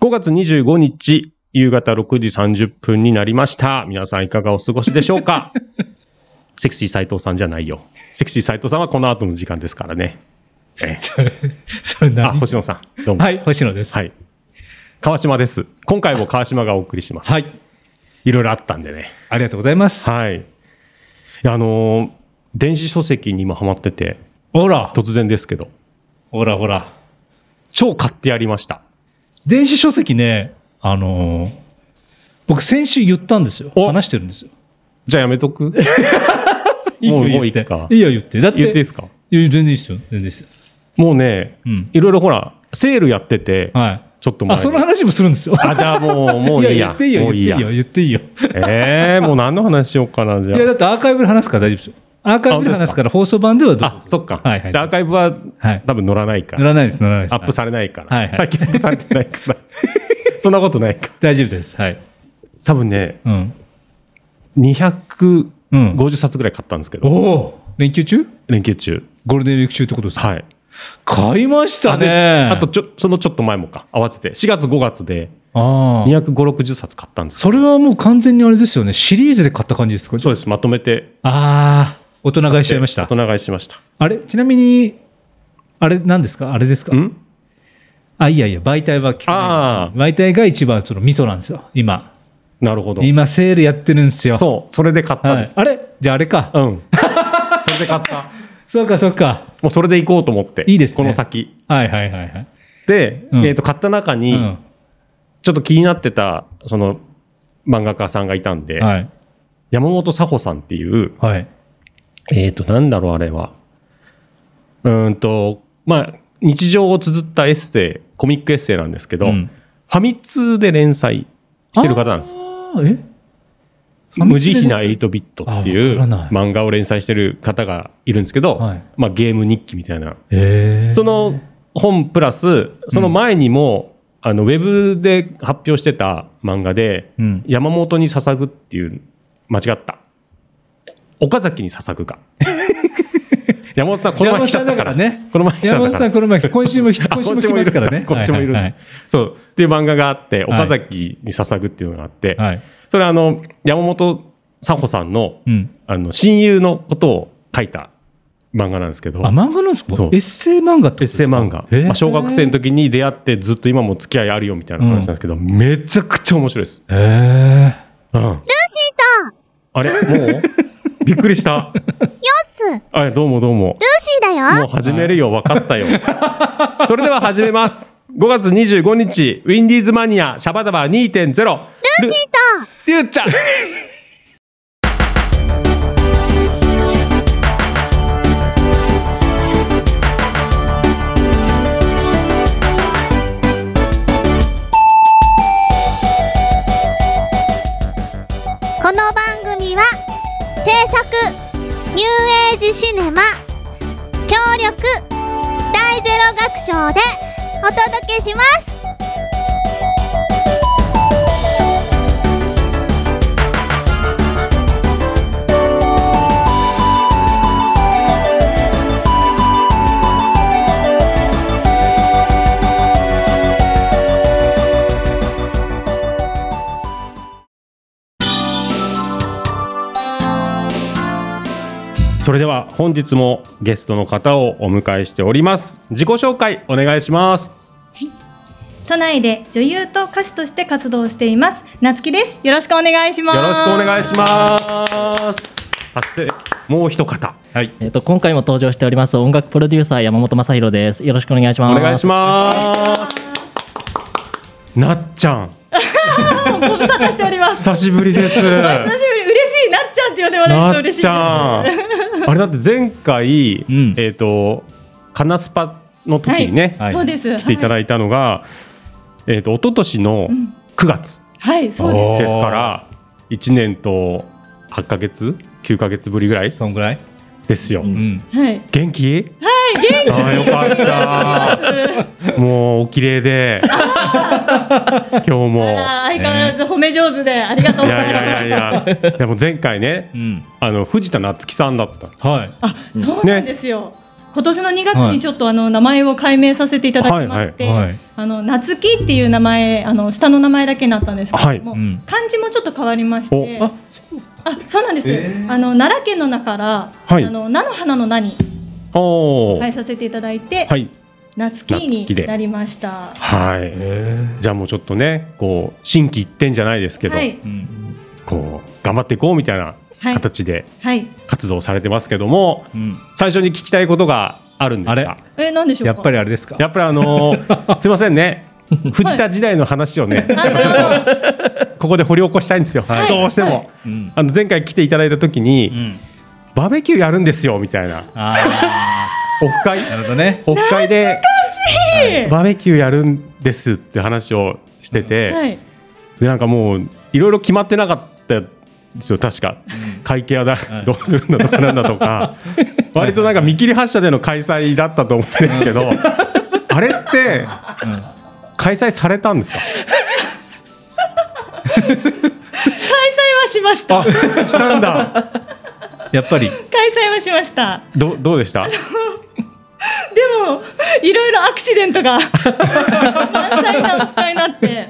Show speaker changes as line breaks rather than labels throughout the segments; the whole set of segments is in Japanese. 5月25日、夕方6時30分になりました。皆さんいかがお過ごしでしょう かセクシー斉藤さんじゃないよ。セクシー斉藤さんはこの後の時間ですからね。え
それ
え、 あ、
何
星野さん、どうも。
はい、星野です。。
はいい。川島です。今回も川島がお送りします。
はい。
いろいろあったんでね。
ありがとうございます。
はい。いやあのー電子書籍に今ハマってて、
ほら、
突然ですけど、
ほらほら。
超買ってやりました。
電子書籍ね、あのー僕先週言ったんですよ。
お
話してるんですよ。
じゃあやめと くもう、もういいか。
いいよ言って。だって、
言っていいですか
いや全然いいですよ。全然いいですよ。
もうね、
うん
いろいろほら、セールやってて、
はい。
ちょっと前
あ、
に
その話もするんですよ。
あ、じゃあもう、もういいや。
言っていい
も
よ、
ういい
言
や
っていい。よ、言っていいよ。
ええもう何の話しようかな、じゃ
いや、だってアーカイブで話すから大丈夫ですよ。アーカイブで話すから放送版ではど
あ。
うぞ
あ、そっか。
はいはい
じゃあアーカイブは、
はい
多分乗らないか
乗
ら。
らないです、乗らないです。
アップされないから。
はいはい
最近アップされてないから。 そんなことないか。
大丈夫です。はい。
多分ね、
うん。
250
うん
冊ぐらい買ったんですけ
お
ど、
お連休中
連休中。
ゴールデンウィーク中ってことですか
はい。
買いましたね。
ああとちょ、そのちょっと前もか、合わせて、4月5月で
ああ。
250、60冊買ったんです
それはもう完全にあれですよね。シリーズで買った感じですか
そうです。まとめて。
ああ、大人買いしちゃいました
大。人買いしました。
あれちなみに、あれ何ですかあれですか
ん
あ、いやいや、媒体は聞
あ
かない。媒体が一番そのミソなんですよ。今。
なるほど。
今、セールやってるんですよ。
そう、それで買ったん
は
で
い
す。、
あれじゃああれか。
うん。それで買った。
そうかそうか。
もうそれで行こうと思って。
いいですね
この先。
はいはいはいはい。
で、
うん
えっ、と、買った中に、
うん
ちょっと気になってた、その、漫画家さんがいたんで、
はい。
山本佐穂さんっていう、
はい。
えっ、と、なんだろう、あれは。うーんと、まあ、日常を綴ったエッセイ、コミックエッセイなんですけど、
うん
ファミ通で連載してる方なんです。
あーえ
無慈悲な8ビットっていう
あわからない
漫画を連載してる方がいるんですけど、
はい
まあ、ゲーム日記みたいな
えー、
その本プラスその前にも、あのウェブで発表してた漫画で「
うん
山本に捧ぐ」っていう間違った岡崎に捧ぐ か山本さんこの前来ちゃったから
山本さんだからね
この前来ちゃ
山
っ
本
た
さ
から
ん、この 前、今週も、今週も来ますから
あ
ね。
今週もいるんだ
はいはい
そうっていう漫画があって
はい
岡崎に捧ぐっていうのがあって、
はい。はい
それはあの山本佐穂さんの
うん。
あの親友のことを書いた漫画なんですけど
あ、漫画なんですか
そう
エッセイ漫画ってこと
エ
で
ッ
すか
セイ漫画、
へー
まあ、小学生の時に出会ってずっと今も付き合いあるよみたいな話なんですけど、めちゃくちゃ面白いです、
へえ。
うん、ルーシーとあれもうびっくりした
ス
あどうもどうも
ルーシーだ
もう
よ
始めるよ分かったよそれでは始めます5月25日ウィンディーズマニアシャバダバ2.0ルーシーとリュウちゃん
この番組は制作ニューエイジシネマ協力大ゼロ学賞でお届けします
それでは本日もゲストの方をお迎えしております自己紹介お願いします
都内で女優と歌手として活動しています夏希ですよろしくお願いします
よろしくお願いします。そしてもう一方
はい。
えっと、今回も登場しております音楽プロデューサー山本正弘です。よろしくお願いし
お
ます。
願いします。なっちゃん
ご 無沙汰しております
久しぶりです。
久しぶり嬉しいなっちゃんって呼んでもらえ
な
ると
っ
嬉しい
ちゃんあれだって前回、
ん
えっ、とカナスパの時にね、
はい
そうです
来ていた
はい
だいたのが、えっ、と一昨年の
ん
9月
はいそうで
ですから1年と8ヶ月9ヶ月ぶりぐらい
そんぐらい
ですよ。
うん。
すはい
元気はい元気あーよかったもうお綺麗で今日も
あら相変わらず褒め上手でありがとう
い
ござい
や
ま
い
す
やいやいやでも前回ね
うん。
あの藤田夏樹さんだった
はい。
あそうなんですよ今年の2月にちょっとあの名前を改名させていただきまして、
はいはいはい
あの夏希っていう名前あの下の名前だけになったんですけども、
はいうん
漢字もちょっと変わりまし
お
てあそうなんです、
えー
あの奈良県の名から、
はい
あの菜の花の菜に
おー
変えさせていただいて、
はい。
夏希に
夏希で
なりました。
はい。じゃあもうちょっとね、こう、心機一転じゃないですけど、
はい、
うん
こう、頑張っていこうみたいな
はい
形で
はい、
活動されてますけども、
うん
最初に聞きたいことがあるんです
あれ
が、
えなんでしょう
や
か。
っぱりあれですか
やっぱりあの ーすいませんね、藤田時代の話をね、
あ
ちょっ
の
とここで掘り起こしたいんですよ、
はい
どうしても。
はい
うん
あの前回来ていただいた時
う
に、
ん
バーベキューやるんですよみたいな
あ
オフ会
あなるほどね
オフ会で
はい
バーベキューやるんですって話をしてて、
はい、
でなんかもういろいろ決まってなかったですよ確か、会計はだ、
い
どうするんだとかなんだと か割となんか見切り発車での開催だったと思うんですけど、あれって
うん
開催されたんですか
開催はしました。
あ
開
したんだ
やっぱり
催はしました。
どどうでした
でもいろいろアクシデントが満載なお使いになって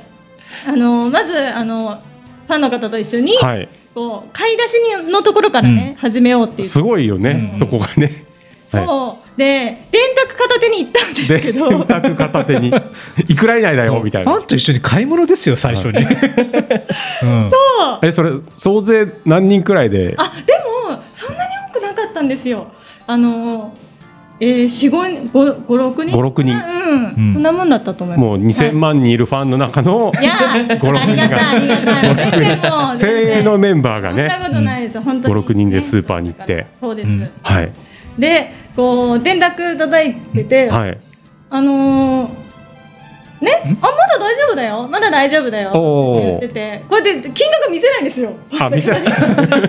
あのまずあのファンの方と一緒に、
はい
こう買い出しにのところからね、始めようっていう
すごいよね、
うん
そこがね。はい
そうで電卓片手に行ったんですけ
で、
ど
洗濯片手 に、いくら以内だよみたい
ファ
な。
ンと一緒に買い物ですよ最初に、 うん、
そう
え、それ、総勢何人くらいで、
あでもそんなに多くなかったんですよあのえー、四五人五五六人
五六人
うん、
うん
そんなもんだったと思います
もう2000万人いるファンの中の、
いやー
五六人
ありがたいありがたい全然もう全
精鋭
然
のメンバーが
そんな
ね、
ことないです、本当に
5 6人でスーパーに行って
そうです、
うん
はい、
でこう電卓叩いてて、
はい。
あのーね、あまだ大丈夫だよまだ大丈夫だよ
お
っ
ー
て言っててこうやって金額見せないんですよ
あ、見せない。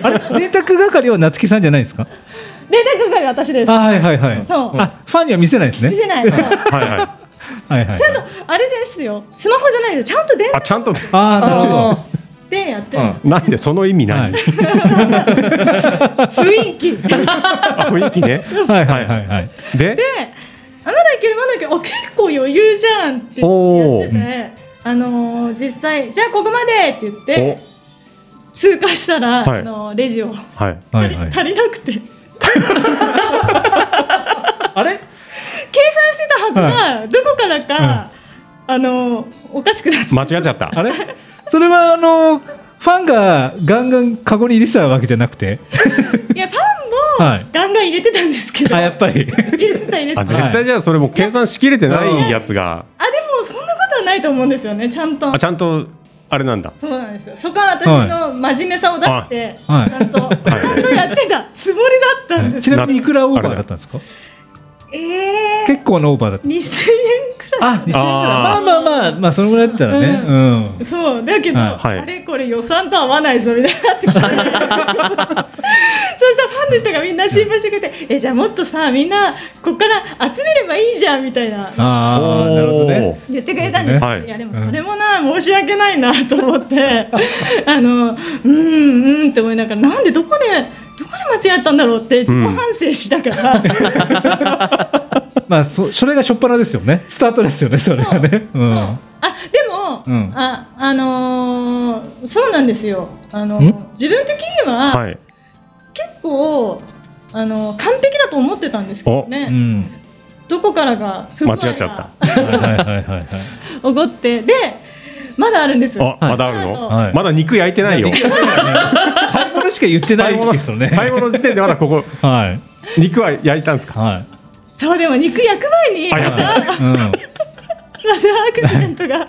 あれ電卓係は夏木さんじゃない ですか
電卓係私です
あはいはいはい
そう
あファンには見せないですね
見せ ないそう
はいはい。
はいはい
ちゃんとあれですよスマホじゃないですよちゃんと電
あ、ちゃんと、
ああなるほど
卓でやってる、
う
なんでその意味
は
ないい。
雰囲気 で
あ雰囲気ね。
はいはいはいはい
で、
あまだいけるまだいけるあ結構余裕じゃんって言って
お
てあのー実際じゃあここまでって言って
お、
通過したら、
はい
あのーレジを
はい。
はいはい
足りなくて計
あれ
算してたはずが、どこからか、あのおかしくなって
間違っちゃった。
あれそれはあのファンがガンガンカゴに入れてたわけじゃなく て
いやファン
は
も
い
ガンガン入れてたんですけど、
あやっぱり
入れてた入れてた
あ、
あで
絶対じゃあそれもう計算しきれてないやつが、
もそんなことはないと思うんですよねちゃんと
あ、ちゃんと、あれなんだ。
そうなんですよそこは私の真面目さを出して、
はい
ちゃんと、
はい
ちゃんとやってたつもりだったんです
ち
よ、
なみにいくらオーバーだったんですか
えー
結構なオーバーだった
2000円くらい
あ2000円だま
あ
あまあまあまあそのぐらいだったらね
う
うん
そうだけど、
はい
はい
あれこれ予算と合わないぞみたいになってきてそしたらファンの人がみんな心配してくれて「えじゃあもっとさみんなここから集めればいいじゃん」みたいな
ああなるほどね
言ってくれたんです、
はい
いやでもそれもな、申し訳ないなと思って あのうんうんって思いながらなんでどこでどこで間違えたんだろうって自己反省しながら、
まあそそれが初っ端ですよねスタートですよねそれがねう
そうんあでも、
うん
ああのーそうなんですよあの
ん
自分的には、
はい。
結構あの完璧だと思ってたんですけどね、
うん
どこからが不具合が
間違っちゃった
はいはいはいはいはい
起こってでまだあるんです
あ、
よ
まだあるの
はい
まだ肉焼いてないよ。
買い物しか言ってな
買い
い
物
ですよね。
買い物時点でまだここ
はい。
肉は焼いたんですか。
は
そうでも肉焼く前に
あ
ま
や
た
っ
ま
い。うん。
たアクシデントが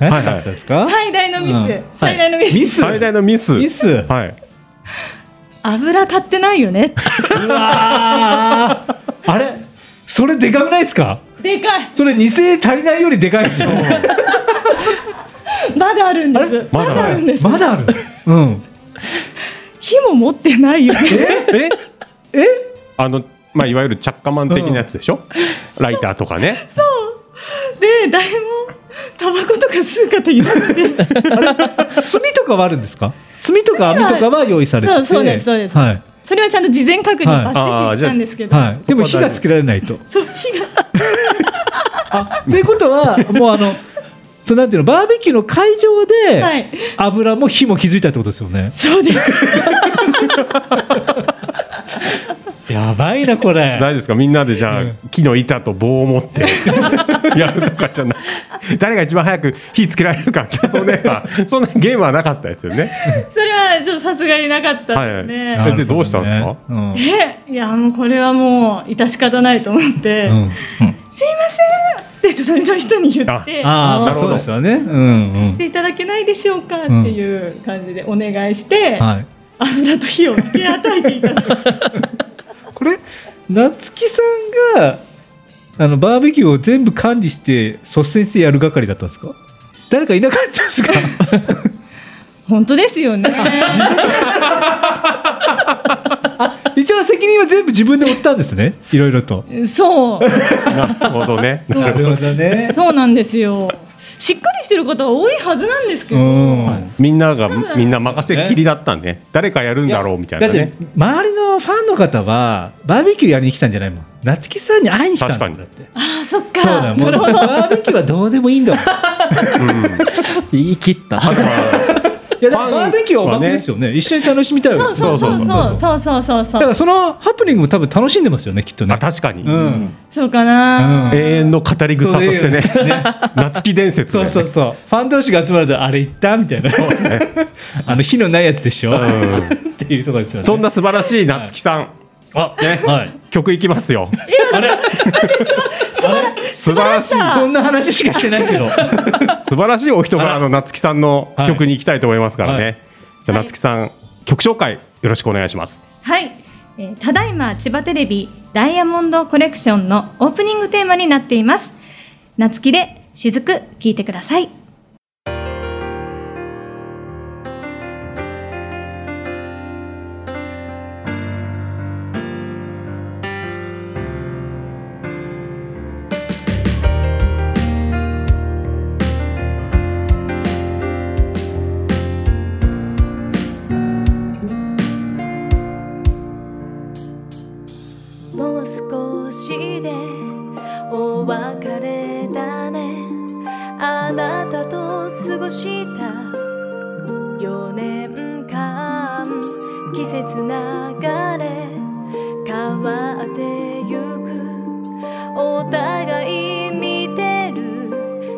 え
はい
だったんですか。
最大のミス、
うんはい
最大のミス、
ミス。
最大のミス。
ミス。う
はい。
油買ってない よね
わーあれ、それでかくないですか。
でかい
それ二千円足りないよりでかいですよ。
まだあるんです
まだある
あるんです
まだある。うん。
火も持ってないよね
え
え？
あの、まあ、いわゆる着火マン的なやつでしょ、ライターとかね。
で誰もタバコとか吸う方いなくて
炭とかはあるんですか。炭とか網とかは用意されてて。
そうそうですそうです
はい。
それはちゃんと事前確認
はい
バッチリしたんですけど、
はい。でも火がつけられないと。
そう火が
あ、ということは、もうあの、そうなんていうの、バーベキューの会場で、
はい
油も火も気づいたってことですよね。
そうです
やばいな、これ。
大丈夫ですかみんなでじゃあ、
うん
木の板と棒を持って やるとかじゃなく誰が一番早く火つけられるか競争ではそんなゲームはなかったですよね。
それはちょっとさすがになかったですね、
はいはい
なるほどね
えでどうしたんですか
うん
えいやもうこれはもう致し方ないと思って「
うん
すいません!」って隣の人に言 って「
ああ、
な
な
る
る
ほど
ほど。そうですよね。うんうん
していただけないでしょうか」って
うん
いう感じでお願いして、
はい。
油と火を分け与えていただいて
これ、夏木さんが、あの、バーベキューを全部管理して、率先してやる係だったんですか誰かいなかったんですか
本当ですよね
一応責任は全部自分で負ったんですね。いろいろと。
そう
なるほどね。
そう
ほどね。
そうなんですよしっかりしてる方は多いはずなんですけ
う
ど、
ん。
みんながみんな任せっきりだったんで、誰かやるんだろうみたいな
だっ
ね
て。周りのファンの方はバーベキューやりに来たんじゃないもん夏木さんに会いに来たんだもん
確
だって
ああそっか
そうだも
な
う
るほど
バーベキューはどうでもいいんだもんい
うん
言い切った。
だから
やだ
ファ
か
ン
らバーベキューはおまけですよね一緒に楽しみたいわけですよ
そうそうそうそうそうそ
だ
うそうそ
か
う
らそのハプニングも多分楽しんでますよねきっとね
あ確かに、
うん
そうかな、
うん
永遠の語り草としてね
そ
夏木伝説だ
そ
よ
う
ね
そうそうファン同士が集まるとあれ行ったみたいな あの火のないやつでしょ
ん
っていうところですよね
そんな素晴らしい夏木さん、
あはい
曲いきますよ
あれ
素晴らしい
そんな話しかしてないけど
素晴らしいお人柄の夏木さんの
はい
曲に行きたいと思いますからね、
はい
じゃあ
はい
夏木さん曲紹介よろしくお願いします
はい、えーただいま千葉テレビダイヤモンドコレクションのオープニングテーマになっています夏希で雫聞いてください
もう少しでお別れだねあなたと過ごした4年間季節流れ変わってゆくお互い見てる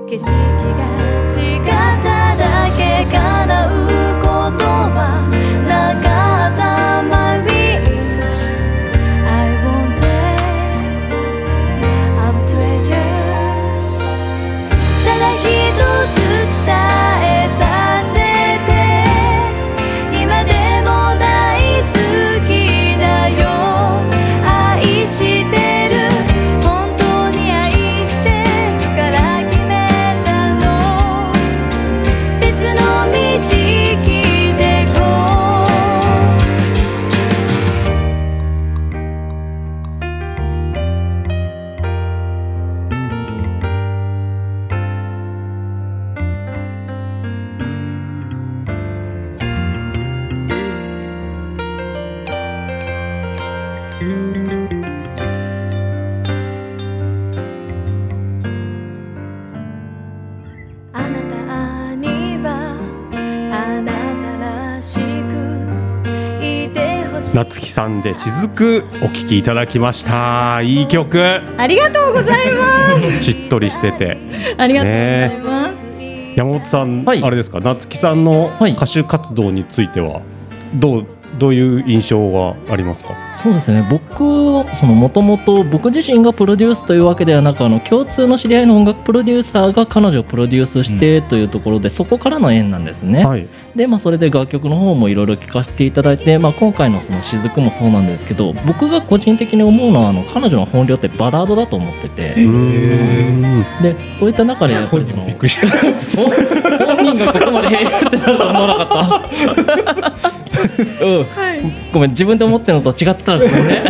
景色が違っただけ叶うことはなかった My wish I wanted our treasure ただ一つ伝えさせて今でも大好きだよ愛してる本当に愛してるから決めたの別の道来てこうあなたにはあなたらしくいてほしい
夏木さんで雫お聴きいただきましたいい曲
ありがとうございます
しっとりしてて
ありがとうございます、
山本さん、
はい
あれですか夏木さんの
はい
歌手活動についてはどうどういう印象がありますか、
そうですね僕そのもともと僕自身がプロデュースというわけではなくあの共通の知り合いの音楽プロデューサーが彼女をプロデュースしてというところで、そこからの縁なんですね、
はい、
で、まあ、それで楽曲の方もいろいろ聴かせていただいて、まあ、今回の「その雫」もそうなんですけど僕が個人的に思うのはあの彼女の本領ってバラードだと思ってて
うん
でそういった中でやっぱりその
びっくりした
お本人がここまでへえってなると思わなかった、うん、
はい
ごめん自分で思ってるのと違ってたらごめんね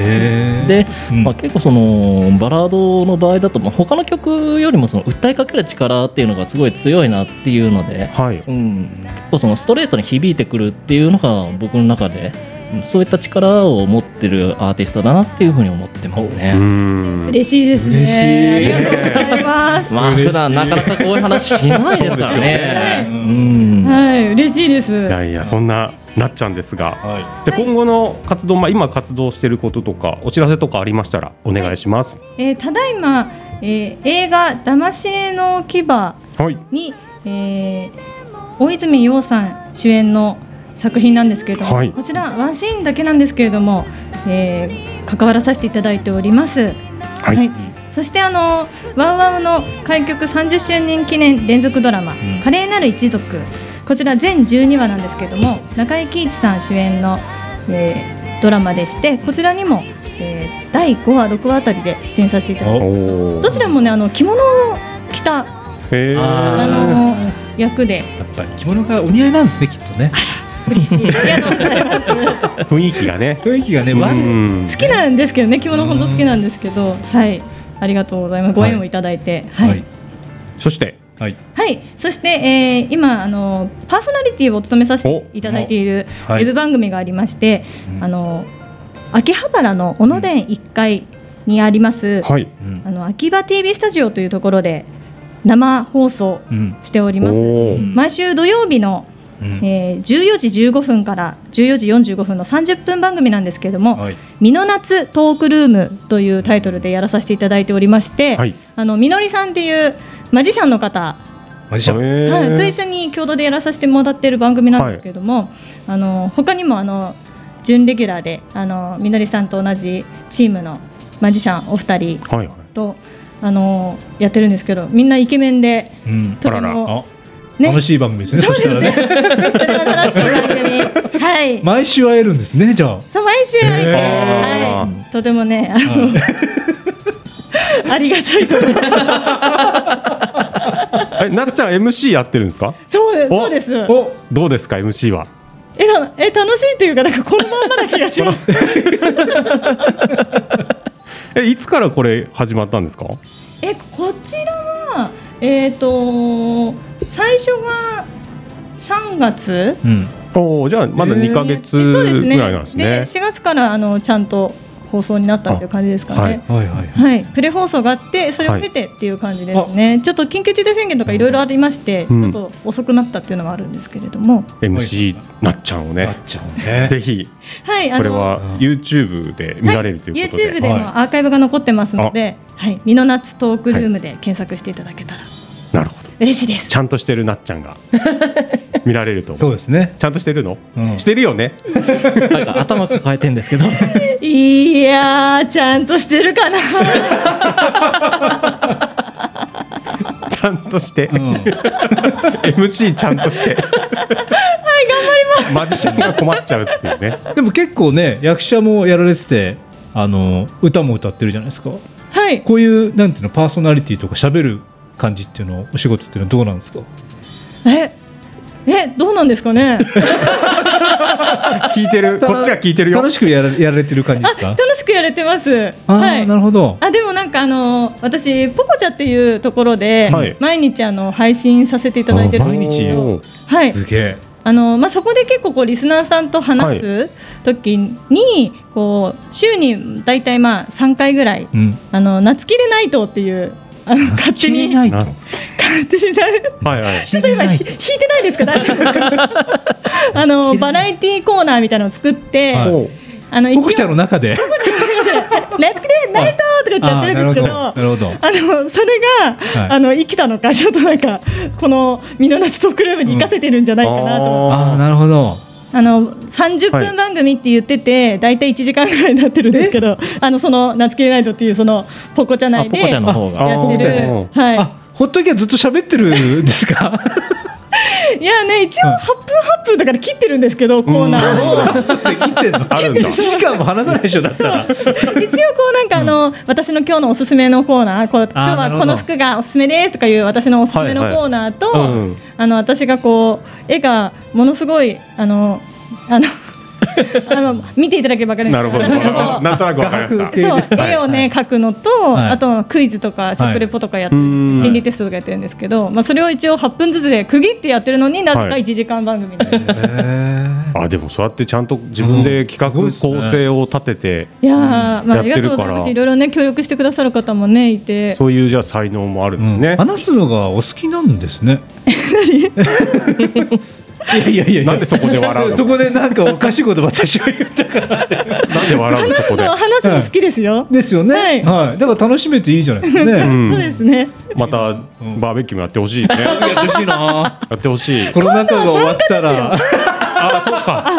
へね
で、
うん
まあ、結構そのバラードの場合だと、まあ、他の曲よりもその訴えかける力っていうのがすごい強いなっていうので、
はい。
うん、結構そのストレートに響いてくるっていうのが僕の中でうんそういった力を持ってるアーティストだなっていうふうに思ってます
うー
ね。
ん。
嬉しいです
嬉しい
ね。ありがとうございます。
まあ
嬉しい
普段なかなかこういう話しないで
そう
すからね。
ですよね
うん
はい、嬉しいです。
いやいや、そんななっちゃんですが。
は
じゃあ今後の活動、まあ、今活動していることとか、お知らせとかありましたら、お願いします。
えーただいま、えー映画「だまし絵の牙
はい。
に」えー大泉洋さん主演の作品なんですけれども、
はい
こちらワンシーンだけなんですけれども、えー関わらさせていただいております。
はい
そしてあのワウワウの開局30周年記念連続ドラマ
ん
華麗なる一族」こちら全12話なんですけれども中井貴一さん主演の、えードラマでしてこちらにも、えー第5話6話あたりで出演させていただいて
おお
ど。ちらもねあの着物を着た
へえ。
あ
あの役で
い、やっぱり着物がお似合いなんですねきっとね
嬉しいありがとうございます好
雰囲気がね。
雰囲気がね
う
和の
ん。
きなんですけどね着物本当好きなんですけどはいありがとうございますご縁をいただいてはい
そして。
はい
はい、そして、えー今あのパーソナリティを務めさせていただいているウ
おはい
ェブ番組がありまして、
うん
あの秋葉原の小野殿1階にあります、
はい。
うん
あの秋葉 TV スタジオというところで生放送
うん
しており
お
ます。
お。
ん
毎週土曜日の、
うん
えー14時15分から14時45分の30分番組なんですけれども
はい
「美の夏トークルーム」というタイトルでやらさせていただいておりまして、
はい。
あのみのりさんっていうマジシャンの方
マジシャン
へー
はい、と一緒に共同でやらさせてもらってる番組なんですけれども、あの他にもあの準レギュラーであのみのりさんと同じチームのマジシャンお二人
はいはい。
とあのやってるんですけどみんなイケメンで
うん
とて
あらら
も
あ楽しい番組ですねそしたらね
とても楽しい番組はい、
毎週会えるんですねじゃあ
そう毎週会えて、
へ
ー
はい、とてもねあの、ありがたいと思います
え、なっちゃん MC やってるんですか。
そうです
お
そうです
お
どうですか MC は。
えたえ楽しいっていうかなんかこんばんはな気がします
え、いつからこれ始まったんですか。
えこちらはえっ、と最初が3月
うん
おお、じゃあまだ2ヶ月ぐ
そうですね
らいなんですね。
4月からあのちゃんと放送になったっていう感じですか
あは
ね
い。
はいはい
はい、プレ放送があってそれを経てっていう感じですね、ちょっと緊急事態宣言とかいろいろありまして、
うん
ちょっと遅くなったっていうのはあるんですけれども、
MC なっちゃんを
な
ね
っ。ちゃうね
ぜひ
はい、あ
こ
の
れは YouTube で見られるということで。
YouTube でもアーカイブが残ってますので「はい、ミノナツトークルーム」で検索していただけたら
なるほど。
嬉しいです。
ちゃんとしてるなっちゃんが見られると思。
そううですね
ちゃんとしてるの？
うん
してるよね。
なんか頭抱えてんですけど
いやーちゃんとして るかな
ちゃんとして。
うん
MC ちゃんとして。はい、頑張ります。マジシャンが困っちゃうっていうね。
でも結構ね役者もやられててあの歌も歌ってるじゃないですか
はい
こういうなんていうのパーソナリティとか喋る感じっていうのお仕事っていうのはどうなんですか
ええどうなんですかね
聞いてる。こっちが聞いてるよ
楽。しくやらやられてる感じですか
楽しくやれてます
あー、
はい
なるほど
あでもなんかあの私ポコチャっていうところで、
はい
毎日あの配信させていただいてるん
毎
で
日
す
よ
おー
はい
すげえ
あのまあ、そこで結構こうリスナーさんと話す時に、こう週に大体まあ3回ぐらい
うん
「あの夏切れナイト」っていうあの勝手に
ない
な
勝手に
はいはい。
ちょっと今ひ引いてないですか大丈夫ですか あのバラエティコーナーみたいなのを作って、
はい
おー
あの一
僕ちゃんの中で
「 夏切れナイト」とか言ってやってるんですけど。
あーなるほどなるほど
あのそれが、
はい
あの生きたのかちょっとなんかこの「ミノナツトークルーム」に生かせてるんじゃないかなと思って、
あーなるほど
あの30
はい
分番組って言ってて、大体1時間ぐらいになってるんですけどあのその「夏切れナイト」っていうそのポコチャ
あ
内
ポ
で
コちゃんの
や
方
あ
が
ってる
あ、
は
あほっときはずっと喋ってるんですか
い、いやね一応
うん
8分8分だから切ってるんですけどコーナーを。
切ってんの
あるんだ
1時間も話さないでしょだったら
一応こうなんかあの、私の今日のおすすめのコーナーこう今日
なるほ
は
ど
この服がおすすめですとかいう私のおすすめの
はいはい
コーナーと、
うん
あの私がこう絵がものすごいあのあのあの見ていただければ分かるんで
な
す
る
け
ほど。なんとなくわかりま
画
した。
伯
そう
はい
絵をね描くのと、
い
あとクイズとか食レポとかやって、
はいうん
心理テストとかやってるんですけど、まあ、それを一応8分ずつで区切ってやってるのになぜか1時間番組に、 い、
あ、でもそうやってちゃんと自分で企
うん
画
すごい
構
っすね
成を立てて、
やー、ま
や
あ、あ
っ
り
て
が
るから
とうございますいろいろね協力してくださる方もねいて
そういうじゃあ才能もあるんですね。
話すのがお好きなんですね。いやいやいやいや
なんでそこで笑うの
そこでなんかおかしいこと私は言ったから。
なんで笑うのそ こで。
話すの好きですよ、
ですよね。は。
はいい
だから楽しめていいじゃないですかね。
ん
そうですね
またバ
うん
ーベキューもやってほ しいね。
やってほしいな。
やってほしい。
コロナ禍が終わったら。
あ、そうか。
あ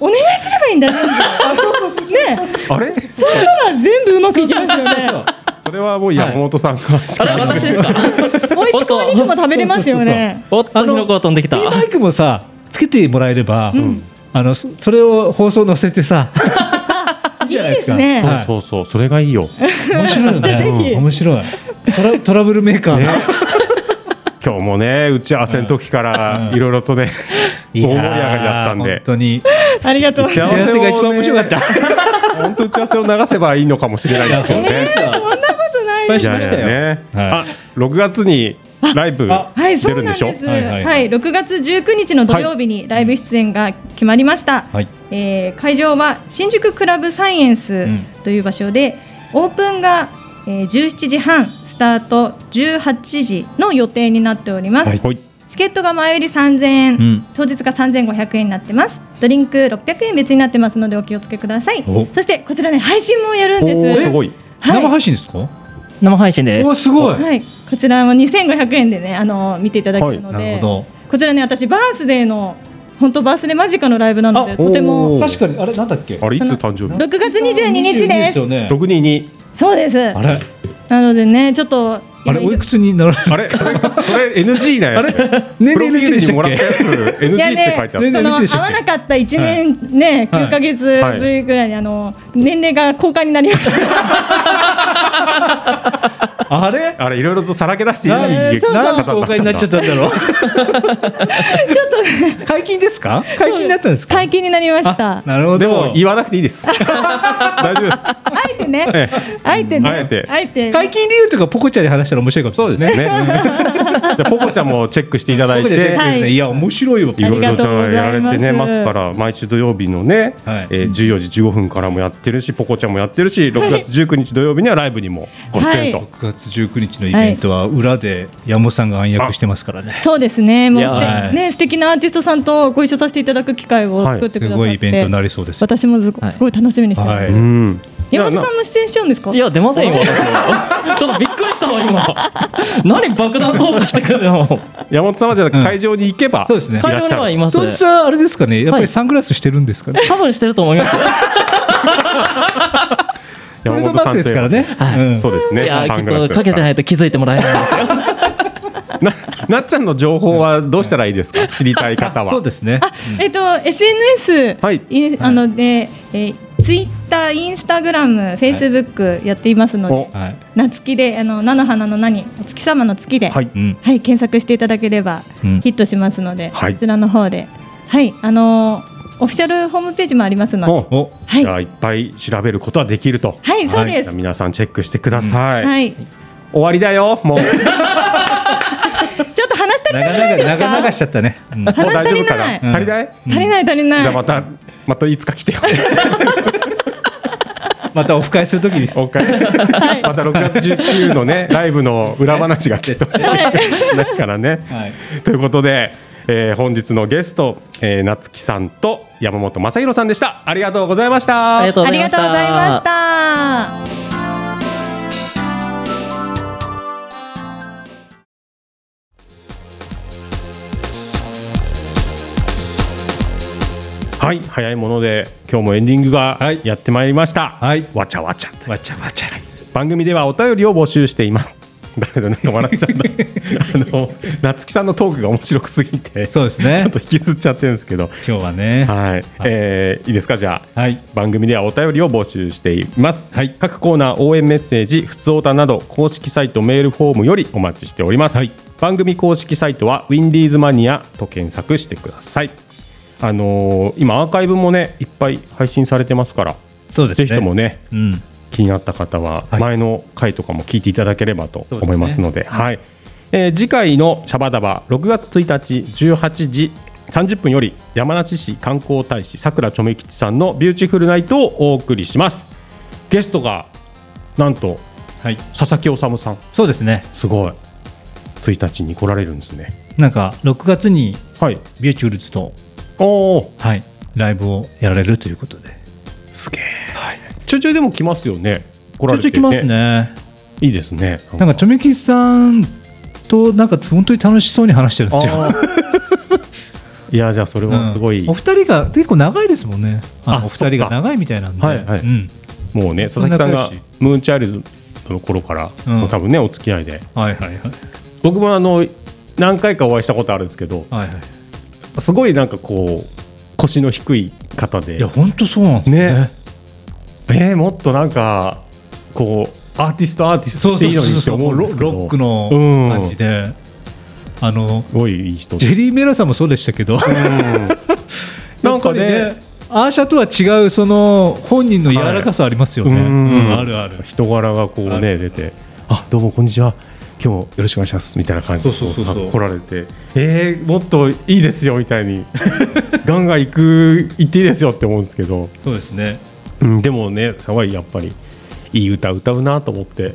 お願いすればいいんだね あそうそうね
あれ？
そしたら全部うまくいきますよね
それはもう山本さんが。
あれ私ですか
美味しくお肉も食べれますよね
おっと
あの
火の粉が飛んできた
ピンマイクもさつけてもらえれば、
ん
あのそそれを放送載せてさいいじゃないですか
いいですね
はい
そうそうそう、それがいいよ。
面白いよねうん面白いトラトラブルメーカー、
ね今日もね、打ち合わせの時から
うん
いろいろとね、大盛
い
り
やー
上がりだったんで
本。当に
ありがとうござ
打
いま
ち
す
合わせが一番面白 かった
本当打ち合わせを流せばいいのかもしれないですけどね。
そんなことない
失敗
です
しましたよ、
ね。あ
は、
6月にライブ
あ
はい、そ
出
う
るん
なん
で
で
しょ。
す。
は
はいい、
はいはい
6月19日の土曜日にライブ出演が決まりました。
はい
えー会場は新宿クラブサイエンス
うん
という場所で、オープンが、えー17時半、スタート18時の予定になっております。
はい。はい
チケットが前売り3000
う
円、
ん
当日が3500円になってます。ドリンク600円別になってますのでお気をつけください
お。
そしてこちらね配信もやるん
お
です。
ーすごい。
はい
生配信ですか、
生配信です
おすごい、
はい、こちらも2500円でねあの見ていただけるので、
なるほ
こちらね私バースデーの本当バースデー間近のライブなの
あ
でとて
お
も
ー
ど確かにあれなんだっけ
あれいつ誕生日
6月22日
22
です
よね
六二二。
そうです
あれ
なのでねちょっと
あれ
いろ
おい
いろ
くつになられ
あれそれそれ NG なやつ。
年
プロフ
齢
ィー
の
ル
でし
にも
たっ
らった
け
やつ NG って 書いてあ
いや
っ
ね
あの
いくつでした
合
っけ
わなかった1年ね、
はい
9ヶ月
はい
ぶりぐらいにあの年齢が公開になりま した
あれ
た。あれいろいろとさらけ出してい
なん
い
そう
方だ
な
っ
ん
た
で公開になっちゃったんだろう
ちょっと
解禁ですか解禁になったんですか
解禁になりました
あなるほど
でも言わなくていい です。大丈夫です。
あえてね、
え
あえてね
あえて
解禁理由とかポコちゃんに話したら面白いかもしれ
そう
ない
ですね。じゃあポコちゃんもチェックしていただい
ポコちゃん
て。
ですね
はい
いや面白いわ
いろいろとやられて
あ
ね
りがとうございま
ますすから毎週土曜日のね、
はい
えー14時15分からもやってるしポコちゃんもやってるし6月19日土曜日にはライブにもご出演と、
は
9月19日のイベントは裏で山本さんが暗躍してますからね、
そうですね、もう
いや
す
は
て
い
ね素敵なアーティストさんとご一緒させていただく機会を作ってく
す
ださって、
ごいイベントになりそうです
私もすご,、
はい
すごい楽しみにしてま
う
は
す。
い
ん
山本さんも出演しちゃうんですか？
いや出ませんよ私ちょっとびっくりしたわ今 何爆弾投下してくるの
山本さんはじゃあ
ん
会場に行けば、
そうですね
いら
会
っし
場
ゃ
には
る
います
当日はあれですかねやっぱりサングラスしてるんですかね、
多分してると思います
こ
山
れの
本
バ
さ
ッ
ん
グですからね、
はい
うん
そうです
い
ね
や
サ
き
ン
っ
グラス
とかけてないと気づいてもらえないですよ
ななっちゃんの情報はどうしたらいいですか知りたい方は
そうですね
えっと SNS、
はい
インあので、えー、ツイッター、インスタグラム、フェイスブックやっていますので、
お
はい、
なつきであの菜の花の何、お月様の月で、
は
はいい、
うん
検索していただければ
うん
ヒットしますので、
はい
こちらの方で、はい、あのオフィシャルホームページもありますので、
お
お
は
じ
い、
ゃ
は
あいっぱい調べることはできると、
い、そうで
じ
す
ゃあ。皆さんチェックしてください、
はい、
終わりだよ もうもう
ちょっと話したり
長々長々しちゃったね、うん
大丈夫か
話
な
足
足り
ない
り
ない、
足りない足りない。
じゃあまたまたいつか来 てよ
またオフ会するときに
おかえりまた6月19の ねライブの裏話がきっとないからね。
はい
ということで、えー本日のゲスト、えー、夏木さんと山本正弘さんでしたありがとうございました。
ありがとう
あ
ござ
り
いま
が
した
とうございました。
はい早いもので今日もエンディングが
はい
やってまいりました。
はい
わちゃわちゃと
わちゃわちゃ
番組ではお便りを募集しています。誰だなんか笑っちゃった あの夏木さんのトークが面白くすぎて
そうですね
ちょっと引きずっちゃってるんですけど
今日はね
はい、えーいいですかじゃあ、
はい
番組ではお便りを募集しています、
はい
各コーナー応援メッセージふつおたなど公式サイトメールフォームよりお待ちしております、
はい
番組公式サイトはウィンディーズマニアと検索してくださいあのー今アーカイブもねいっぱい配信されてますから
そうです
ぜ
ね。
ひともね
うん。
気になった方は
はい
前の回とかも聞いていただければと
そうですね
思いますので,、はいえー次回の「シャバダバ」6月1日18時30分より山梨市観光大使さくらちょめきちさんの「ビューティフルナイト」をお送りしますゲストがなんと
はい。
佐々木修さん
そうですね。
すごい1日に来られるんですね
なんか、6月に
はい
ビューチュールズと、
おお
はい、ライブをやられるということで。
すげえ
はい。
ちょいちょいでも来ますよね来
ち
ら
ょ
れ
いちょ
て、
い来ますね。
いいですね
なんか、ちょめきさんと、なんか、本当に楽しそうに話してるんですよ。
あー いやじゃあそれ
うん
はすごい、
お二人が結構長いですもんね。あの
あ
お二人
そっ
が
か
長いみたいなんで。
はいはい
うん。
もうね佐々木さんが
仲良し
ムーンチャイルドの頃から、
うん
もう多分ねお付き合いで
はいはいはい。
僕もあの何回かお会いしたことあるんですけど
はいはい。
すごいなんかこう腰の低い方
いや、
で
本当そうなんですね。
ねえー、もっとなんかこうアーティストアーティスト
そ
し
う
て
そう
いいのにっ
そう
て
そう
思うんですけど
ロロックの
うん
感じで、あの
すごいいい人
ジ
で
ェリー・メラさんもそうでしたけど、
うんなんか
やっぱ
ね
りアーシャとは違うその本人の柔らかさありますよね、
はい
うん
うん
あるある
人柄がこう
あ
ね出て「あどうもこんにちは今日もよろしくお願いします」みたいな感じで
そうそうそうそう
こ来られて「えー、もっといいですよ」みたい にガンガン行く行っていいですよって思うんですけど、
そうですね
うん、でもねすごいやっぱりいい歌歌うなと思って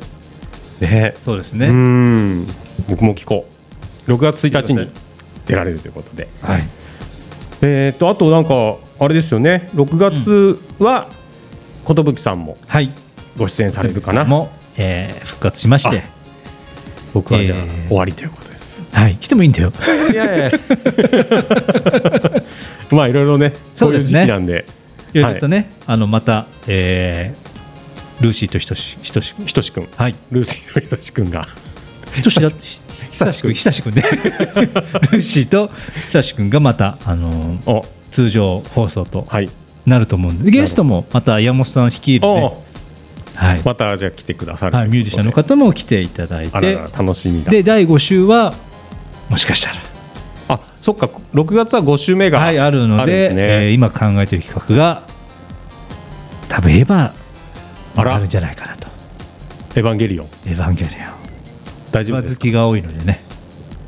ね
そうです
う
ね、
ん僕も聞こう6月1日
聞いてください
に出られるということで。
はい、
えー、とあとなんかあれですよね6月は寿さんも
はい、
ご出演されるかな、
も、えー復活しまして
僕はじゃあ
えー
終わりということです。
はい来てもいいんだよ
いや いやまあいろいろねそういう時期なんで
いろいろとね、あのまた、えールーシーとひとしひとし
ひとしくん
はい
ルーシーのひとしくんが
ひとしだってひ
久
さ
し
し
く
く
ん
んひさしくんねルーシーとひさしくんがまたあの ー
お
通常放送と
はい
なると思うんでゲストもまた山本さん率いる、
お
ねはい
またじゃあ来てくださる
はい、ミュージシャンの方も来ていただい
あら
て
ら楽しみだ
で第5週はもしかしたら、
あそっか6月は5週目が
はい、あるの
あるんで
です
ね
えー今考えている企画が食べれば
あら
あるんじゃないかなと
エヴァンゲリオン
「エヴァンゲリ
大
オ
丈
ン」エ
夫
ヴァ
で
好
すか
きが多いのでね、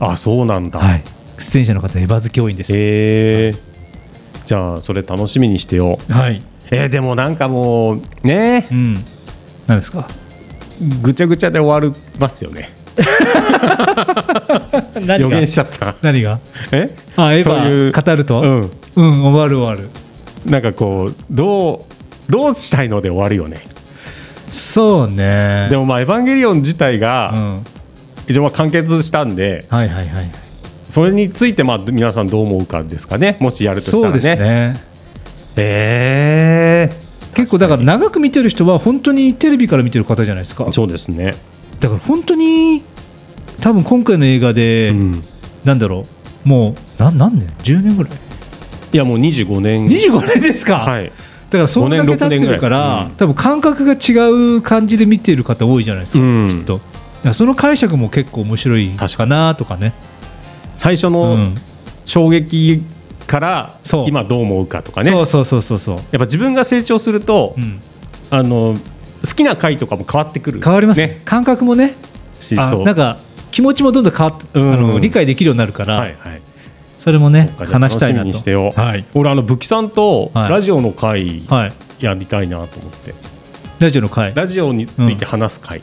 あそうなんだ、
はい、出演者の方エヴァ好き多いんですよ
へえじゃあそれ楽しみにしてよ
はい、
えー、でもなんかもうね
うん、何ですか
ぐちゃぐちゃで終わりますよ ね
何
予
が
言しちゃった
何が
え
あエヴ
そういう
ァ語ると
うん
うん、終わる終わる
なんかこうどうどうしたいので終わるよね
そうね
でもまあ「エヴァンゲリオン」自体
う
が
ん、
一応まあ完結したんで、
はいはいはい
それについてまあ皆さんどう思うかですかねもしやるとした
そ
ら
う
ね
ですね
え
結構だから長く見てる人は本当にテレビから見てる方じゃないですか
ーそうですね、
だから本当に多分今回の映画で、
うん、
なんだろうもうな何年10年ぐらい
いやもう25年
25年ですか、
はい
だからそんだけ経ってるから、
5年6年ぐらいです
多分感覚が違う感じで見てる方多いじゃないですか、
うん
きっとだからその解釈も結構面白い
確
かなとかね
最初
う
の
ん
衝撃から
そう
今どう思うかとかね
そ
や
う
っ
そうそうそうそう、
ぱ自分が成長すると、
うん、
あの好きな回とかも変わってくる
変わりますね
ね
感覚もね
し
あ
そう
なんか気持ちもどんどん変わって、
うん
あの理解できるようになるから、
はいはい
それもね
そっかじゃあ
話したいな
楽しみ
と
にしてよ
はい、
俺あの武器さんと
はい
ラジオの回
はい、
やりたいなと思って、
ラジオの回あ
ラジオについて話す回、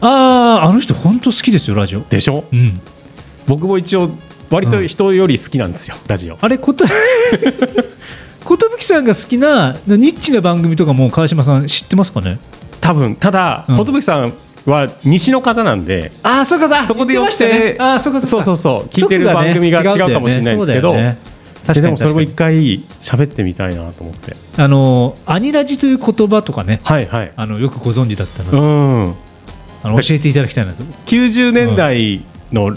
あーあの人本当好きですよラジオ
でしょ
うん
僕も一応割と
うん
人より好きなんですよ、ラジオ
あれこと 寿さんが好きなニッチな番組とかも川島さん知ってますかね
多分ただ
うん
寿、さんは西の方なんで
ああそうかそう
そこで寄って
ああそうか
そうそう
そ
そう聞いてる番組が違うかもしれないんですけど、でで
確かに
もそれ
確
も
か
一
に
回喋ってみたいなと思って
あのーアニラジという言葉とかね
はいはい
あのよくご存知だったの
う
で、
ん
あの教えていただきたいなと
90年代の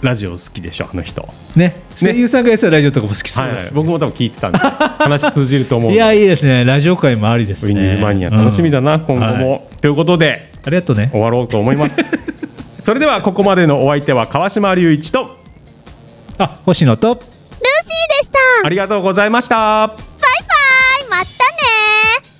ラジオ好きでしょあの人、
ね声優さんがやってたラジオとかも好きそう
はい
だ
は
し
い、僕も多分聞いてたんで 話通じると思うん
い
で
やいいですねラジオ界もありです
ウ
ね
ィニーマニア楽しみだ
うん
な、今後も、ということで
ありがとうね
終わろうと思います それではここまでのお相手は川島隆一と
あ星野と
ルーシーでした
ありがとうございました。
バイバイまたね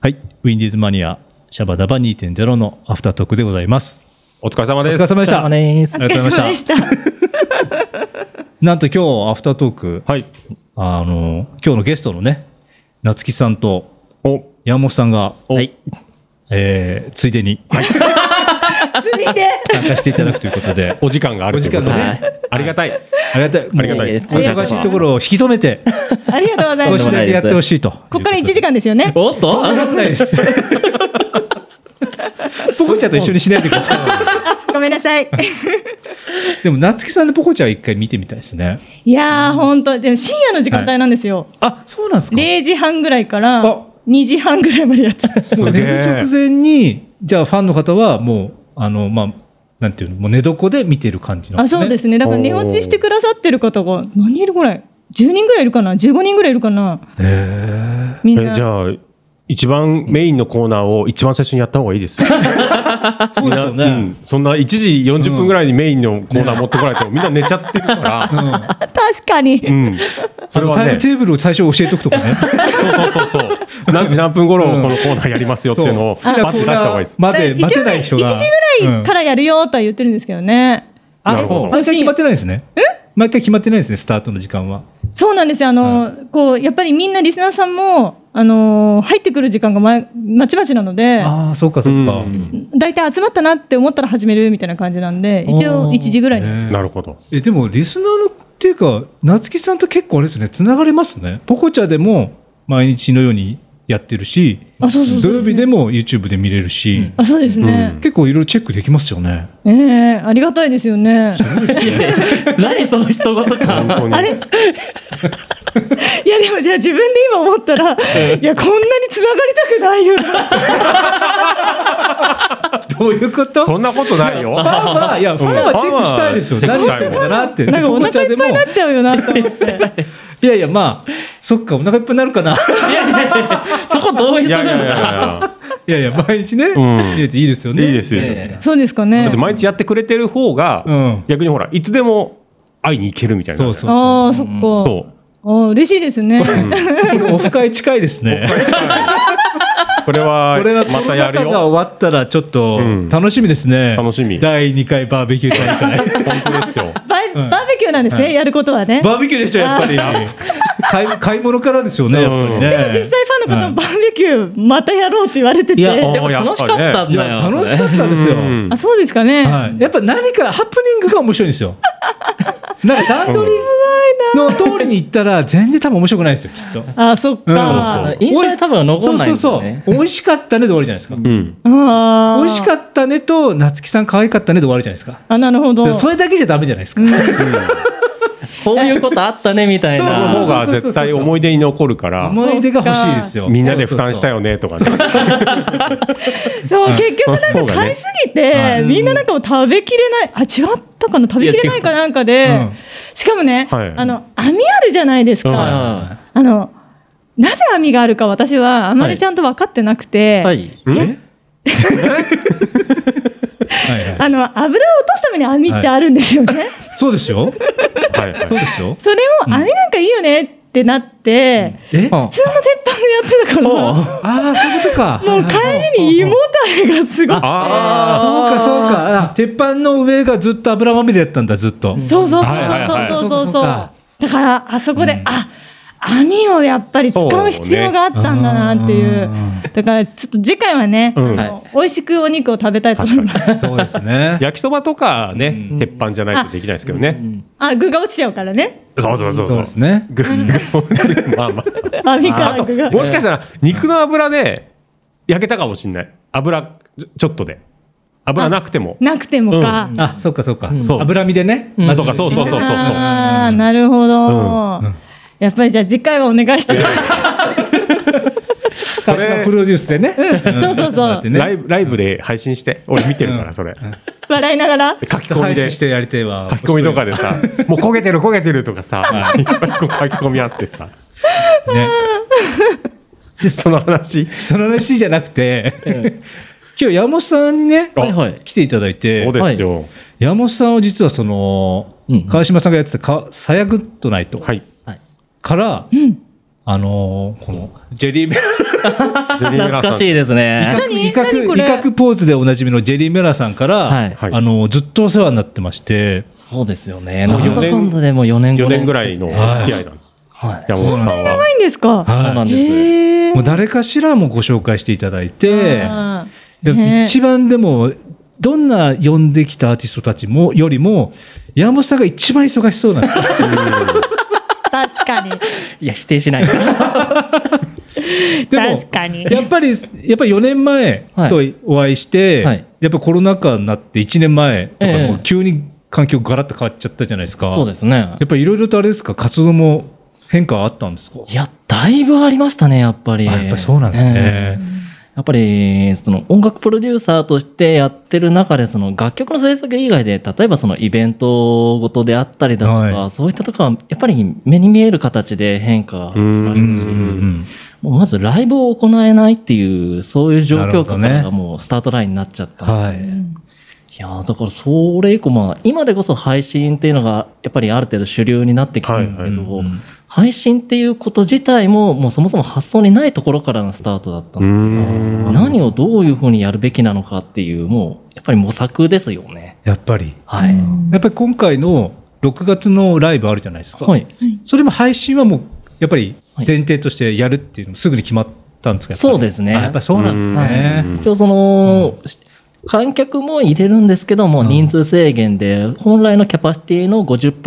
はい、ウィンディーズマニアシャバダバ2.0のアフタートークでございます。
お疲れ様
お
で
疲
す
れ。様でした。
お疲れ様です
ありがとうございました。
た。
なんと今日アフタートーク、
はい。
あの今日のゲストのね、夏木さんと
お、
山本さんが、
お、
はい
えーついでに
続いて。
参加していただくということで、
お時間があるということ
お
で
時
間がね。
ありがたい。
ありがたい。
ありがたいです
もうお忙しいところを引き止めて、
ありがとうござい
少
ま
し
す。
だ
こ
けやってほしいと。こ
こから1時。間ですよね。
おっと
あんないです。ポコちゃんと一緒にしないでくださ
ごめんな さい。
い。でも夏木さんのポコちゃんは一回見てみたいですね。
いやー、本当でも深夜の時間帯なんですよ。
あ、そうなんですか。
0時半ぐらいか
あ
ら2時半ぐらいまでやってた。
もう
すげ
寝
え
る直前に、じゃあファンの方はもう、あの、まあ、なんていうの、もう寝床で見てる感じなん
あ、そうです
ね。
すね。だから寝落ちしてくださってる方が何人いるぐらい ?10 人ぐらいいるかな ?15 人ぐらいいるかな
へ
みん
え
な。
じゃあ、一番メインのコーナーを一番最初にやった方がいいですよ。
えそうですよ
う
ね。
ん。そんな1時40分ぐらいにメインのコーナー持ってこられてもみんな寝ちゃってるから。
確かに。
うん。そ
そ
れ
れ
は
はタイム
ね。
テーブルを最初教えとくとかね。
そうそうそうそう。何時何分頃
うん
このコーナーやりますよっていうのを
好き
バ
な
ッ
コ
て出
ー
した方がいい
ナ
で
ー
す。
まで待てない人が。
1時ぐらいからやるよとは言ってるんですけどね。
あ、
なるほど
毎回決まってないですね。毎回決まってないですね、スタートの時間は。
そうなんですよ。あの、こう、やっぱりみんなリスナーさんも、あのー入ってくる時間がま、まちまちなので、
ああ、そうか、そうか
う。ん
大体集まったなって思ったら始めるみたいな感じなんで、一応
おー
1時ぐらいに。
ね
なるほど。
え、でも、リスナーの、っていうか、夏木さんと結構あれですね、つながれますね。ポコチャでも、毎日のようにやってるし、
あ、そうそうそう
土曜日でも YouTube で見れるし、
あ、そうですね。
結構いろいろチェックできます よね。
ええありがたいですよね。
何その人言
本
か
当に。
あれ いやでもじゃあ自分で今思ったら、いやこんなにつながりたくないよな。
どういうことファ
そんなことないよ。
ンは、いや、ファンはチェックしたいですよ。
ファンは
何
チェックしたい
してんだなって。
なんかお
ポコチ
腹
ャ
い
で
っぱいになっちゃうよなと思って。
いやいや、まあ、そっか、お腹いっぱいになるかな。
そこ同意
い
する
や
ん
いやいやい
だ
や。
いやいや、毎日ね、
ん
見れていいですよね。
いいですよ。いいです
え
そうですか
だ
ね
って。毎日やってくれてる方が、
うん
逆にほら、いつでも会いに行けるみたいな。
そう そう
ああそっか。
そ
あー嬉しいですね。
オフ会近いですね。
うこれは
これは、コ
ま
ロ
た
ナ
や
禍
る
が
よ。
終わったら、ちょっと
うん
楽しみですね。
楽しみ
第2回バーベキュー大会。
本当ですよ。
バイ
うん
バーベキューなんです
は
ね。
い
やることはね。
バーベキューでしょ、やっぱり。 買い買い物からですよね、やっぱりね。
うんで
実際ファンの
う
方
ん
もバーベキューまたやろうって言われて
いや
お
て。
でも楽しかったん
いや
だよ
楽しかったですよ。
うん
あそうですかね。
はい、やっぱ何かハプニングが面白いんで すよ。なんか段取りの通りに行ったら全然多分面白くないですよきっと。
あそっ
そう
か。
印象に多分残
そ
ん
う
な
そ
いん
う
だ
そ
よ
う。
ね
美味しかったねで終わりじゃないですか。
うん。
ああ。
美味しかったねと夏木さん可愛かったねで終わりじゃないですか。
あなるほ
で
ど。
それだけじゃダメじゃないですか。
こういうことあったねみたい
その
な
方が絶対思い出に残るから、
思い出が欲しいですよ。
みんなで負担したよねとかね。
そう結局なんか買いすぎ
そ
て、
うはい
みんななんかもう食べきれないあ違ったかな食べきれないかなんか
い
で、
や違ううん
しかもね、
はい
あの網あるじゃないですか、
うん
はい
あのなぜ網があるか私はあまりちゃんと分かってなくて、
はいはい
うん
はいはい
あの油を落とすために網ってあるんですよね、
そうですよ。
はいはい
そうですよ。
それを網なんかいいよねってなって、
え？あ
うん
普通の鉄板でやってたから。
あーそういうことか。
もう帰りに胃もたれがすごい。
あ
あそうかそうか。あ鉄板の上がずっと油まみれだったんだずっと。
そうそう
はいはいはい
そうそうそうそう
そう
そう
か
だからあそこで、
うん
あ網をやっぱり使う必要があったんだなっていう
そうね
だからちょっと次回はね、
うん
あの美味しくお肉を食べたいと思います
そうですね
あ。。焼きそばとかね、
うん
鉄板じゃないとできないですけどね。
あ具が落ちちゃうからね
そうそうそう
そ
そ
うです
う。
ね。
ぐぐまあ ま
網か
あ。あ
ら
と
具が
もしかしたら肉の油で焼けたかもしれない。油ちょちょっとで。油なくても。
なくてもか、
うん
あ、そうかそうか。
そう
油身でね。
ん
まず
とかそうそうそうそうそう。
ああなるほど、
うんうん
やっぱりじゃあ次回はお願いして
会社のプロデュースでね。ん
そうそうそう
だってね
ライブライブで配信して、俺見てるか
うん
ら、それ。
笑いながら
書き込み
配
で
信し。てやりてえわ。
書き込みとかでさ、もう焦げてる焦げてるとかさ、いっぱいこう書き込みあってさ、
ね、
その話。
その話じゃなくて今日山本さんにね
あ
はいはい。
来ていただい
そう
て
ですよ。
山本さんは実はその、
うんうん
川島さんがやってたか「さやグッドナイト」
はい。
から、
うん
あのーこのジェリーメ
ジェリーメ
懐
ラさ
か
ん
しいですね。
ラ
何
威嚇
何こ
威
れ
嚇ポーズでおなじみのジェリーメラさんから、
はい。
はい
あのーずっとお世話になってまして
そうですよね。
も
な
うん
だか
四
んだ
年
でも4年
4
5
年ぐらいのお
ですね
付き合いなんです。
はい。
山本さんは。
ないんですか。
そうな
は
ん
い
です。
へえ。
もう誰かしらもご紹介していただいて。
あ
でも
ね
一番でもどんな呼んできたアーティストたちもよりも山本さんが一番忙しそうなんですよ
ー確かに。
いや、否定しない。
でも
確かに。
やっぱりやっぱり4年前とお会いして、
はいはい
やっぱコロナ禍になって1年前とか
ええ
もう急に環境ガラッと変わっちゃったじゃないですか、
そうですね
や。っぱりいろいろとあれですか活動も変化あったんですか
いや、だいぶありましたね、やっぱり。
あやっぱそうなんです
ええ
ね、
やっぱりその音楽プロデューサーとしてやってる中でその楽曲の制作以外で例えばそのイベントごとであったりだとか、
は
そういったところはやっぱり目に見える形で変化しま
う
し
うん
たし
うんうん
もうまずライブを行えないっていうそういう状況下か
なるほど
ら
ね
もうスタートラインになっちゃった、、
はいい、
やーだからそれ以降まあ今でこそ配信っていうのがやっぱりある程度主流になってきてるんですけど、
はい
うんうん
配信っていうこと自体ももうそもそも発想にないところからのスタートだったの
う
で
ーん。
何をどういうふうにやるべきなのかっていうもうやっぱり模索ですよね
やっぱり
はい、
やっぱり今回の6月のライブあるじゃないですか、
はい、
それも配信はもうやっぱり前提としてやるっていうのもすぐに決まったんですか
そうですね
ね。あやっぱそうなんです
う
ね。
ん
一応その、観客も入れるんですけども
うん
人数制限で本来のキャパシティの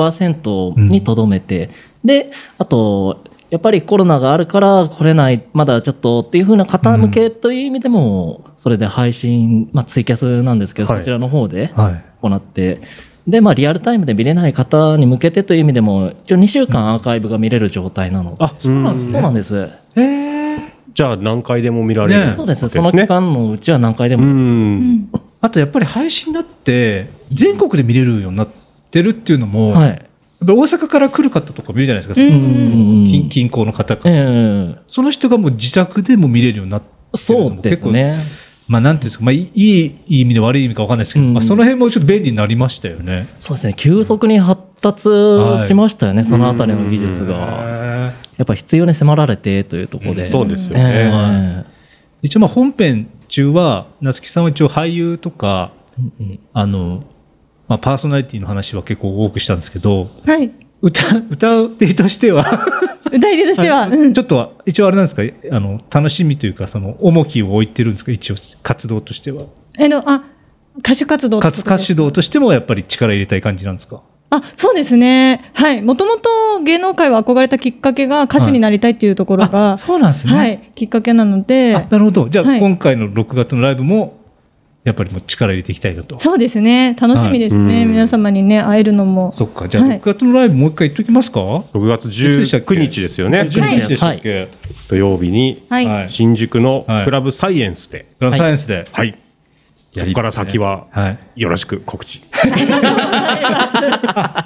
50%にとどめて、であとやっぱりコロナがあるから来れないまだちょっとっていう風な方向けという意味でも、それで配信、まあ、ツイキャスなんですけど、
はい
そちらの方で
はい。
行ってでまあリアルタイムで見れない方に向けてという意味でも一応2週間アーカイブが見れる状態なので、
あ、そうなんです
そうな
ね。
んです、
ええ。
じゃあ何回でも見られる。
ね
そうですその期間のうちは何回で
う
も、
ん。
あとやっぱり配信だって全国で見れるようになってるっていうのも、
は
やっ
い、
ぱ大阪から来る方とか見るじゃないですか。
うん
近近郊の方
え
か。
え
その人がもう自宅でも見れるようになってるの
そ
も
うですね
まあなんていうんですか、まあいいいいいい意味で悪い意味かわかんないですけど、
うん
まあその辺もちょっと便利になりましたよね。
そうですね急速に発達しましたよね、そのあたりの技術が
へえ
やっぱ必要に迫られてというところで、
そうですよ
ええ
ね。
一応まあ本編中は夏木さんは一応俳優とか
うんうん
あの、まあ、パーソナリティの話は結構多くしたんですけど
はい。
歌歌う手として は
歌い手としては、
あ
うん
ちょっとは一応あれなんですかあの楽しみというかその重きを置いてるんですか一応活動としては
えのあ歌手活動ってことで
活
すか
活動としてもやっぱり力入れたい感じなんですか
あそうですねはいもともと芸能界を憧れたきっかけが歌手になりたいっていうところが、は
あそうなんです
い
ね、
きっかけな
あ
ので
なるほどじゃあ、
はい
今回の6月のライブもやっぱりもう力入れていきたいだと
そうですね楽しみですね、
はいうん
皆様にね会えるのも
そっかじゃあ
はい
6月のライブもう一回言っときますか、
6月19日ですよね。
19日でしたっけ、
土曜日に
はい、
はい
新宿のクラブサイエンスで。
グランドサイエンスで。
はい。そこから先は
はい。
よろしく告知。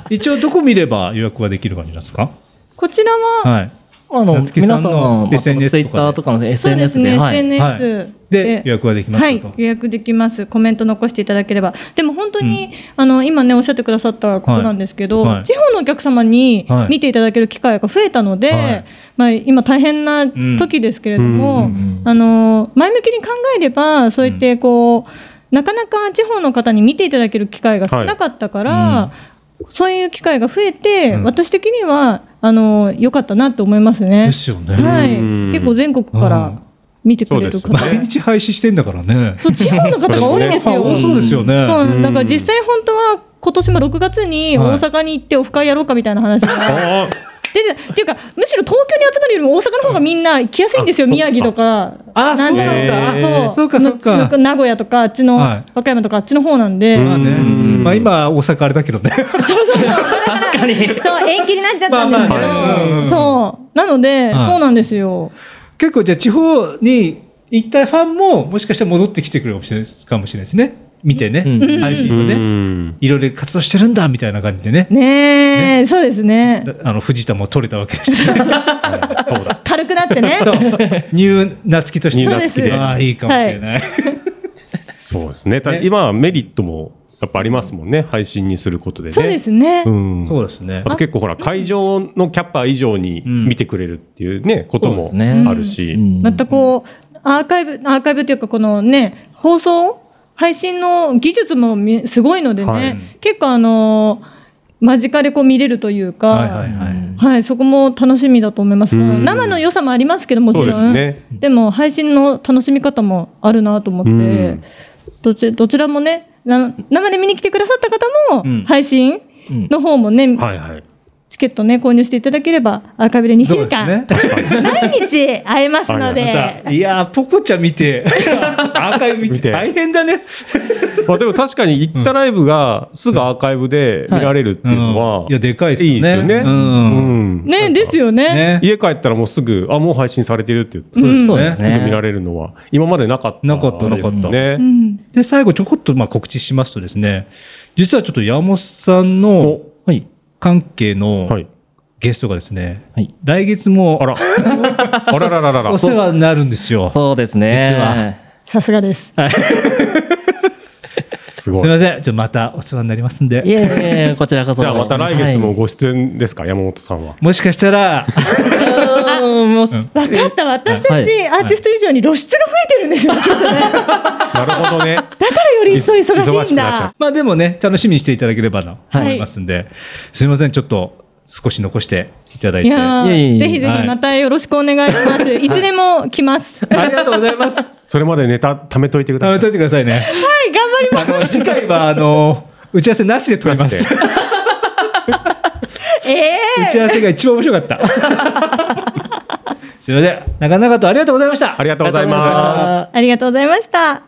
一応どこ見れば予約ができる感じなんですか。
こちらは、
はい。
あの
夏木さ
皆
ん
さ
の
んは
SNS
ツイッターとかの
そうです
SNS で
ね、
はい
SNS
で予約ができま
は
す
い
と。、
予約できます。コメント残していただければ。でも本当に、あの今ねおっしゃってくださったことなんですけど、
はいはい
地方のお客様に
はい
見ていただける機会が増えたので、
はい
まあ今大変な時ですけれども、
うんうんうん
あの前向きに考えればそうやってこう、なかなか地方の方に見ていただける機会が少なかったから。
は
そういう機会が増えて、
うん
私的にはあの良かったなと思います
で
ね。
すよね。
はい、
うん
結構全国から見てくれる
そうで
方
す
が
ね
毎日配信してんだからね。
そう地方の方が多いん です
あ
よ。
そうですよね。
そううんだから実際本当は今年も6月に大阪に行ってオフ会やろうかみたいな話が、
あ
でっていうかむしろ東京に集まるよりも大阪の方がみんな来やすいんですよ
あそっか
宮城とか
あ
なんだろう
そうなんだ
か
へーそうかそうか
な名古屋とかあっちの
はい
和歌山とかあっちの方なんで、
うん
まあね
うん
まあ今大阪あれだけどね。
そうそうそう確かに そう延期になっちゃったんですけど、
まあま
あね
そうなので、
はい
そうなんですよ
結構じゃあ地方に行ったファンももしかしたら戻ってきてくれるかもしれないかもしれないですね。見てね、
うん
配
う
信をね、
ん。
いろいろ活動してるんだみたいな感じでね、
ねえ、そうですね。
あの藤田も取れたわけでして、
そうだ。
軽くなってね。
そうニュー夏希として
ニュー夏希で
ああ、いいかもしれない。
そうですね。ただ
ね
今はメリットもやっぱありますもんね。配信にすることでね。
そうですね
う。ん。
そうですね
あ。と結構ほら、会場のキャパ以上に
うん
見てくれるっていうね、こと
そうで
も
すね
あるし。
うん
またこう、アーカイブ、アーカイブっていうか、このね、放送、配信の技術もみすごいのでね、
はい
結構あのー間近でこう見れるというか、
はいは
はいい
はい。
うん
そこも楽しみだと思います。
うん
生の良さもありますけど、も
そ
ち
うで
ろ
す
ん。
ね。
でも配信の楽しみ方もあるなと思って、
うん
どちどちらもねな生で見に来てくださった方
うん
も配信
うん
の方もね、
はいはい。
チケットね購入していただければアーカイブで2週間、
そうですね
毎日会えますの
会
で
またいやー、ポコちゃん 見て、アーカイブ見
見
て、
て
大変だね。
まあでも確かに行ったライブがすぐアーカイブで見られるっていうのは、
うんいや、でかいです
いいです
よね。
よね。
うん。
うん
ねですよね
ね。
家帰ったらもうすぐ、あ、もう配信されてるって言って、
そうです
そう
ね。
で
す
す
ぐ見ら
ね。
れるのは、今までなかった、
なかったなかった
ね
う。ん、
で、最後ちょこっとまあ告知しますとですね、実はちょっと山本さんの
お
はい。
関係の
はい。
ゲストがですね、
はい
来月
あ
も
ら。あららららら。
お世話になるんですよ。
そうですね。
さすがです
す
す
ご
み
い。
ません。ちょっとまたお世話になりますん
い
で。
えいえ、こちらこそ。
じゃあまた来月も
はい
ご出演ですか、山本さんは。
もしかしたら、
うんもう
うん
分かった私たち
はい
アーティスト以上に露出が増えてるんですよ、だか
なるほどね。
らより一層忙
忙
し
し
いん
くなっちゃ
だ
う
まあでもね、楽しみにしていただければなと
はい
思いますんで、すみません。ちょっと少し残していただい
い
て。
やー
いえいえいえ
ぜひぜひまたよろしくお願いします、い、つでも来ますは
ありがとうございます。
それまでネタ貯めといてく
食
だ
べ
さ
と
い。
いてくださいね。
い頑張りま
あ
す
の、次回は、あの、打ち合わせなしで撮ります。
なしで
打
え
ち合わせが一番面白かった。すみません。なかなかとありがとうございました。
ありがとうござい
ありがとうございま
ますす。
ーありがとうございました